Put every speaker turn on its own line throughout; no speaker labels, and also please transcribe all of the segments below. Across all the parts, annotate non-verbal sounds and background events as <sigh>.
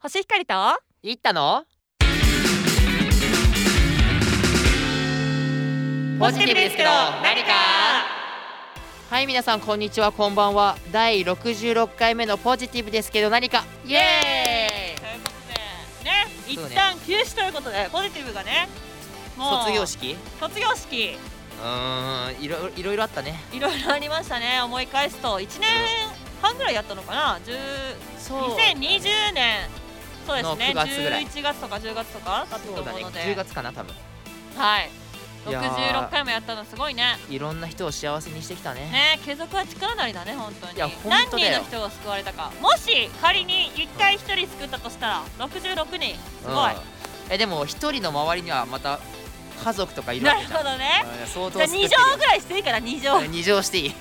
星光と
行ったのポジティブですけど何かはい皆さんこんにちはこんばんは第66回目のポジティブですけど何かイエーイ
ということでね一旦休止ということでポジティブがねもう
卒業式
卒業式
うーんいろいろいろあったね
いろいろありましたね思い返すと1年半ぐらいやったのかな10
そ
2020年そうですね
の9月ぐらい
11月とか10月とかだったと
そ
思
う
う
だね
ので
10月かな多分
はい
いやー
66回もやったのすごいね
いろんな人を幸せにしてきたね
ね継続は力なりだね本当に
いや本
何
当
人
だよ
の人が救われたかもし仮に1回1人救ったとしたら66人すごい、
うんえでも一人の周りにはまた家族とかいるわ
な
け
る
じゃん
ほどね
うん相
じゃ
当
あ
救って
2
るよ
乗ぐらいしていいから2乗
二乗していい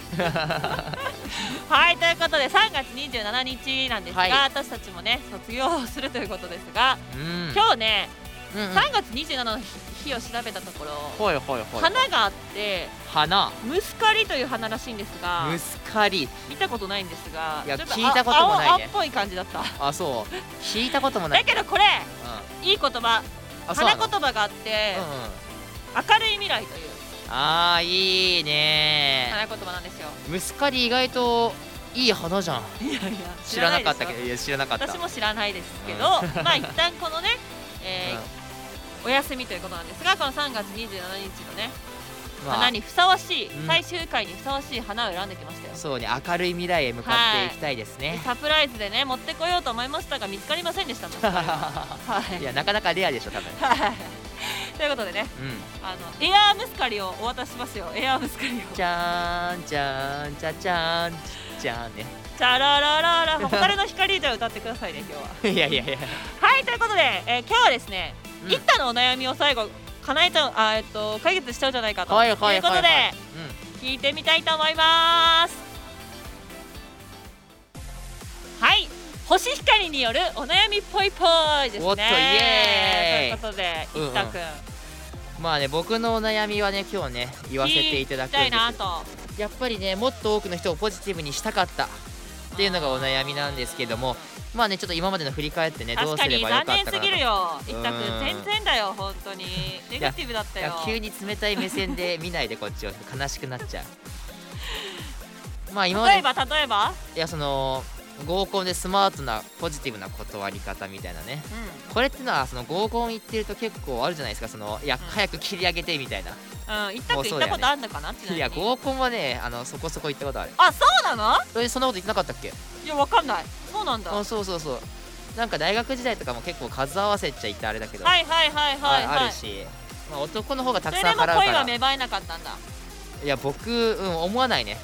はいということで3月27日なんですが、
はい
私たちもね卒業をするということですが
うん
今日ね
うんうん
3月27の日日を調べたところ
ほいほいほい
花があって
花
ムスカリという花らしいんですが
ムスカリ
見たことないんですが
いや
ちょっと
聞いたこともないね
青青っぽい感じだった
あそう聞いたこともな
だ
い、
けどこれ
うん、
いい言葉
あそう
花
なの
言葉があって、
うんうん
明るい未来という
あーいいね
花言葉なんですよ
ムスカリ意外といい花じゃん
いやいや
知らなかったけど
ど
いや知らなかった
私も知らないですけど、
うん
まあ一旦このね、えー
う
お休みということなんですがこの3月27日のね、
んまあ
花にふさわしい、
うん
最終回にふさわしい花を選んできましたよ
そうね明るい未来へ向かっていきたいです
で
ね、
サプライズでね持ってこようと思いましたが見つかりません
<laughs>
でしたもんはい
い、やなかなかレアでしょ多分
はい <laughs> ということでね
うん
あのエアームスカリをお渡ししますよエアームスカリを
じゃーんじゃーんじゃじゃーんじゃーんね <laughs>
チャララララ蛍の光で歌ってくださいね今日はい
やいやいや
はいということで、えー今日はですね、
うん
一家のお悩みを最後叶えちゃうあーえっと解決しちゃうんじゃないかと、
はいはいはいはい
ということで
うん
聞いてみたいと思いますはい星光によるお悩みぽいぽいですね
おっとイエーイ
ということで
うんうん
一太くん、
まあね僕のお悩みはね今日ね言わせていただ
聞き
くん
たい
で
な
す
とっ
やっぱりねもっと多くの人をポジティブにしたかったっていうのがお悩みなんですけどもまあねちょっと今までの振り返ってねど
確
う
か
すれ
に
ばよかっ
残
たか
念
なと
すぎるよ一太く
うんん
全然だよ本当にネガティブだった
い
よ
や急に冷たい目線で見ないでこっちを悲しくなっちゃう
<laughs>
まあ今まで
例えば例えば、
いやその合コンでスマートなポジティブな断り方みたいなね
う
これってのはその合コン行ってると結構あるじゃないですかそのいや早く切り上げてみたいな、
んうん、一太
も
く
う
行
んそ
っ
う
たこ
だよね
とあるのかなちなみに
いや合コンはねあのそこそこ行ったことある
あそうなの
えそんなこと言ってなかったっけ
いやわかんないそうなんだは
あ
い
そうそうそうなんか大学時代とかも結構数合わせっちゃいってあれだけど、
はいはいはい
あ
はい
あるし、まあ、男の方がた
そ
く
れ
さん
で
払
も
うか
恋は
ら
芽生えなかったんだ
いや僕、うん、思わないね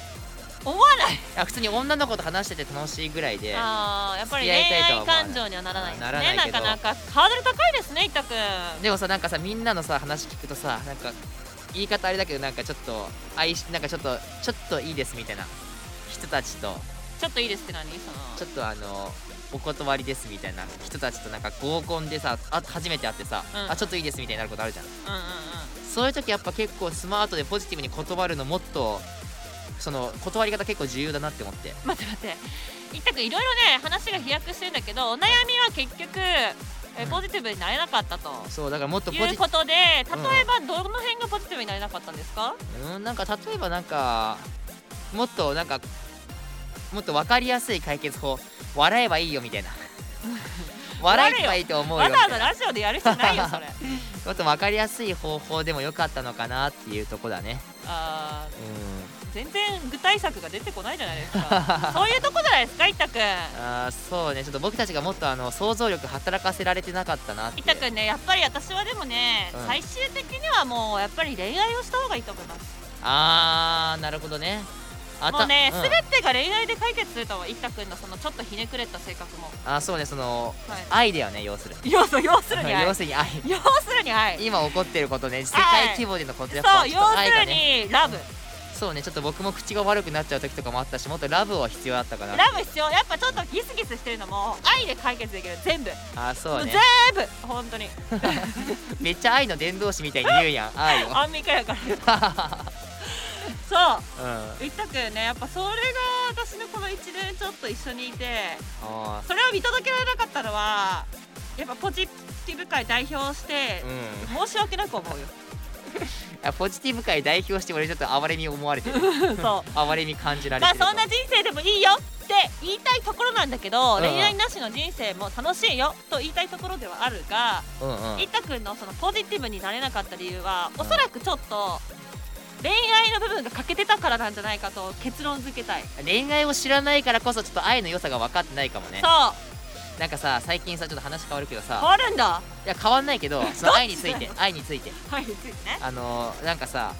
思わない
いや普通に女の子と話してて楽しいぐらい
<laughs>
で
あーやっぱり恋
付き合いたいと
愛
は思わない
感情にはならないですね
ならないけ
か
ど
なかハードル高いですねいったくん
でもさなんかさみんなのさ話聞くとさなんか言い方あれだけどなんかちょっと愛しなんかちょっとちょっといいですみたいな人たちと
ちょっといいですって何その
ちょっとあのお断りですみたいな人たちとなんか合コンでさあ初めて会ってさ、
うん
あちょっといいですみたいになることあるじゃん
うんうんうん
そういう時やっぱ結構スマートでポジティブに断るのもっとその断り方結構重要だなって思って
待って待っていったくんいろいろね話が飛躍してるんだけどお悩みは結局え
うん
ポジティブになれなかったと、
そうだからもっと
い
ポジ
うことで例えばどの辺がポジティブになれなかったんですか、
うんなんか例えばなんかもっとなんかもっと分かりやすい解決法笑えばいいよみたいな
<laughs>
笑えばいいと思うよ
わ
み
ざわ
た
ざ
いな
ラジオでやる人ないよそれ
もっと分かりやすい方法でもよかったのかなっていうとこだね
あー
うん
全然具体策が出てこないじゃないです
<laughs>
かそういうとこじゃないですかいったくん
あーそうねちょっと僕たちがもっとあの想像力働かせられてなかったなって
いったくんねやっぱり私はでもね、
うん
最終的にはもうやっぱり恋愛をした方がいいと思います
あーなるほどねあ
もうね、
うん
すべてが恋愛で解決すると思ういったくんのそのちょっとひねくれた性格も
あそうねその
は
愛だよね要するに
い要す要するに愛
<laughs> 要
要す
するに愛
るに愛
今起こってることね世界規模でのこと
そう
やっぱちょ
要
っと愛
す
が
る
ね
にラブ、
そうねちょっと僕も口が悪くなっちゃう時とかもあったしもっとラブは必要だったかな
ラブ必要やっぱちょっとギスギスしてるのも愛で解決できる全部、
あそうね
もう全部本当に <laughs>
めっちゃ愛の伝道師みたいに言うやん愛を <laughs>
アンミカやから
はははは
そう
うんあ
言ったくねやっぱそれが私のこの1年ちょっと一緒にいて
あ
それを見届けられなかったのはやっぱポジティブ界代表して
ーうん
申し訳なく思うよ
あポジティブ界代表して俺ちょっと哀れみ思わ
<laughs>
れてる
そう
哀れみ感じられ
まあ
てる
そんな人生でもいいよって言いたいところなんだけど、
うん
恋愛なしの人生も楽しいよと言いたいところではあるが、
うんうん
いったくんのそのポジティブになれなかった理由は
ん
おそらくちょっと恋愛の部分が欠けてたからなんじゃないかと結論付けたい、
恋愛を知らないからこそちょっと愛の良さが分かってないかもね
そう
なんかさ最近さちょっと話変わるけど
変
さ
わるんだ
いや変わんないけどその愛につ
<laughs>
い
どうしてた
愛について
はいついね
あのー、なんかさ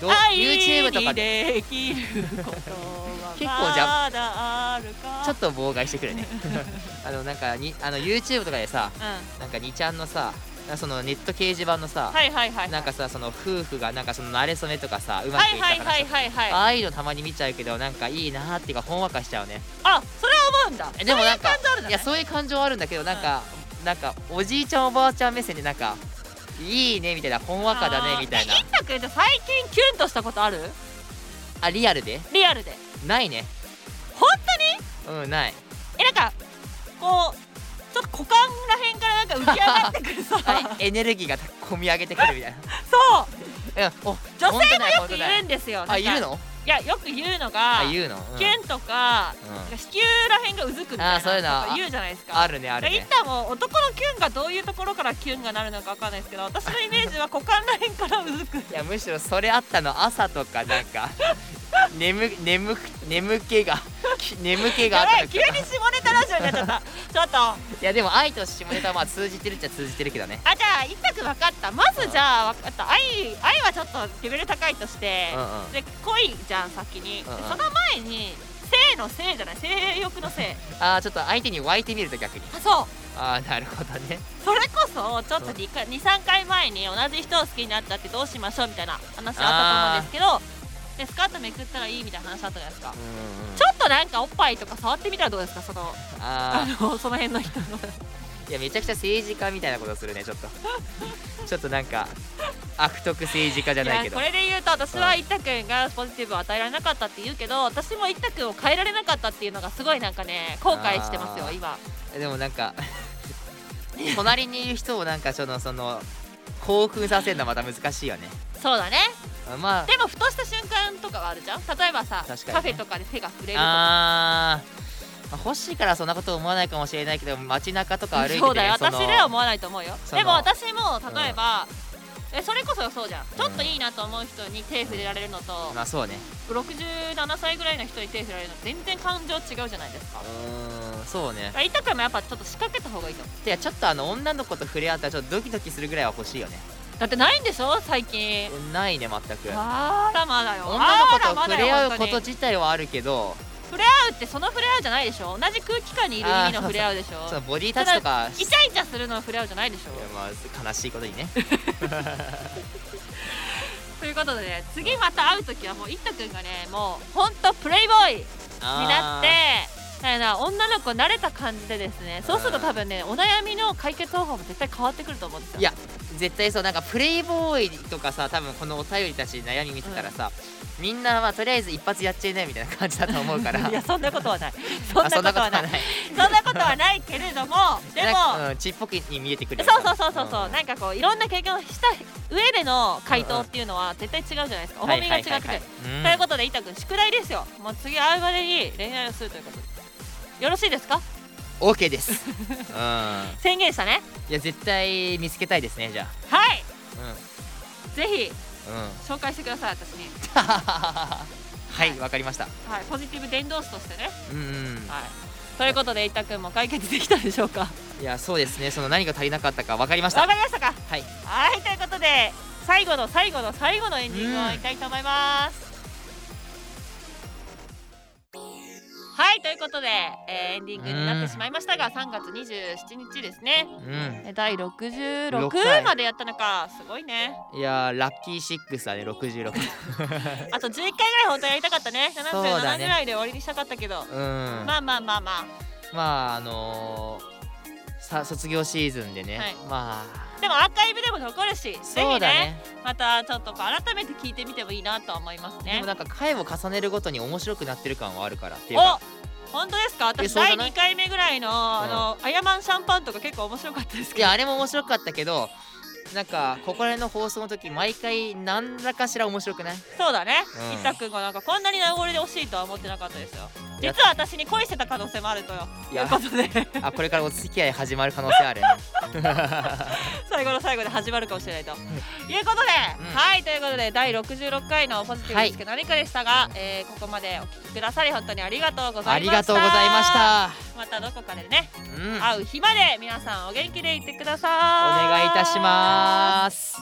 ど
愛
YouTube とかで
にできることは
結構じゃ
まだあるか
ちょっと妨害してくるね <laughs> あのなんかにあの YouTube とかでさ
うん
なんか2ちゃんのさそのネット掲示板のさ、
はいはいはい
なんかさその夫婦がなんかその慣れ初めとかさうま
は
くい
い
った話
はい
とか
はいはいはい
ああいうのたまに見ちゃうけどなんかいいなーっていうかほんわかしちゃうね
あそれは思うんだ
えでもなんか
そういう感じあるんだ、
い
ね、
やそういう感情はあるんだけどなんか、なんかおじいちゃんおばあちゃん目線でなんかいいねみたいなほんわかだねみたいな
あーえったくんって最近キュンとしたことある
あリアルで
リアルで
ないね
本当に
うんない
えなんかこうちょっと股間らへんからなんか浮き上がってくるさ、
<laughs> はい
<laughs>
エネルギーが込み上げてくるみたい
そう
なうんお
女
ほんと
性も
ない
よ
ほん
く
と
言
な
うんですよな
あ
んか
言うの
いやよく言うのが
あ言うの、うん
キュンとかなんか
う
子宮らへんがうずくみた
あーそういう
い
の
なとか言うじゃないです
ん、
か
あるねある
いっ
ね
たもう男のキュンがどういうところからキュンがなるのかわかんないですけど私のイメージは股間らへんからうずく
いやむしろそれあったの朝とかなんか <laughs> 眠眠く眠気が <laughs> き眠気があ
や
っ
ば
た
い
時
急
と
に
か
下ネタラジオになっちゃったちょっとあ
いやでも愛と下ネタはまあ通じてるっちゃ通じてるけどね
じゃあ一択分かったまずじゃあ分かった愛愛はちょっとレベル高いとして
うんうん
で恋じゃん先にで
うんうん
その前に性の性じゃない性欲の性
ああちょっと相手に湧いてみると逆に
あそう
ああなるほどね
それこそちょっと23回前に同じ人を好きになったってどうしましょうみたいな話あったと思うんですけどでスカートめくったらいいみたいな話あったじゃないですか
うん、うん、
ちょっとなんかおっぱいとか触ってみたらどうですかそのあ
あ
のその辺の人の
ーいやめちゃくちゃ政治家みたいなことするねちょっとちょっと <laughs> なんか悪徳政治家じゃないけど
これで言うと私は一太くんがポジティブを与えられなかったって言うけど私も一太くんを変えられなかったっていうのがすごいなんかね後悔してますよ
あー
今
でもなんか隣にいる人をなんかそのその興奮させるのはまた難しいよね
そうだね
まあ
でもふとした瞬間とかはあるじゃん例えばさ、
確かにね
カフェとかで手が触れるとか
あーまあ欲しいからそんなこと思わないかもしれないけど街中とか歩いてて、
そうだよ
その
私では思わないと思うよ
その
でも私も例えば、えそれこそそうじゃんちょっといいなと思う人に手触れられるのと、
まあそうね
67歳ぐらいの人に手触れられるの全然感情違うじゃないですか
うーんそうね
いたくもやっぱちょっと仕掛けた方がいいと思
いやちょっとあの女の子と触れ合ったらちょっとドキドキするぐらいは欲しいよね
うだってないんでしょ最近
ないね全く
あらまだよ
女の子
あら
と
ま
触
だよ
れ合うこ
本当
と
に
自体はあるけど
触れ合うってその触れ合うじゃないでしょ同じ空気感にいる意味の触れ合うでしょ
そのボディタッチとか
イチャイチャするの触れ合うじゃないでしょ
いやまあ悲しいこと
<laughs>
にね
ということでね次また会う時はもういったくんがねもうほんとプレイボーイになってだからな女の子慣れた感じでですねそうすると多分ねお悩みの解決方法も絶対変わってくると思うんですよ
いや絶対そうなんかプレイボーイとかさ多分このお便りたち悩み見てたらさ、みんなまあとりあえず一発やっちゃいないみたいな感じだと思うか
<laughs>
ら
いやそんなことはないそん
あ
なことはないそんなことはないけれどもでも
なんかうん、ちっぽくに見えてくる
そうそうそうそうそう、
ん
なんかこういろんな経験をした上での回答っていうのは絶対違うじゃないですか、お重みが違ってくる、
はいはいはいはいうん
ということで伊藤君宿題ですよもう次会うまでに恋愛をするということでよろしいですか <laughs>
OK ですうんいや
宣言したね
絶対見つけたいですねじゃ
はい
あ
ぜひ
うん
<laughs>
うん
紹介してください私に、
はいわかりました
はい、ポジティブ伝道師としてね、
うんうん
はい、ということで伊藤君も解決できたでしょうかわ
いやそうですねその何が足りなかったか分かりました
かりましたか
はい
はいということで最後の最後の最後のエンディングをいきたいと思います、はいということで、えーエンディングになってしまいましたが、3月27日ですね
う
え第66
六回
までやったのかすごいね
んいやーラッキーシックスだね66
あと11回ぐらい本当はやりたかったね
そう
77
だね
ぐらいで終わりにしたかったけど、
うんま
ま
あ
あまあまあまあ
まああのーさ卒業シーズンでね、
はい
ま
でもアーカイブでも残るし
あ
ぜ
そう
ひ
だ
ね
ね
またちょっと改めて聞いてみてもいいなとは思います
で
ね
もなんか回を重ねるごとに面白くなってる感はあるからっていう
お
か
本当ですか
え
私
そうじ
第
ゃない
2回目ぐらいの「あのあやまんシャンパン」とか結構面白かったです
い
けど
やあれも面白かったけどなんかここら辺の放送の時毎回何らかしら面白くない <laughs>
そうだねい
うん
ったくんがなんかこんなに名残で惜しいとは思ってなかったですよ
いや
実は私に恋してた可能性もあるとよ
い
とい
や
うことで <laughs>
あこれからお付き合い始まる可能性あるね
最後の最後で始まるかもしれないということで、
うん
はいということで第66回の「ポジティブにつけ何か」でしたが、えーここまでお聞きくださり本当にありがとうござ
あ
いま
り
した
がとうございました
またどこかでね
うん
会う日まで皆さんお元気でいってくださ
お
い
願いいたします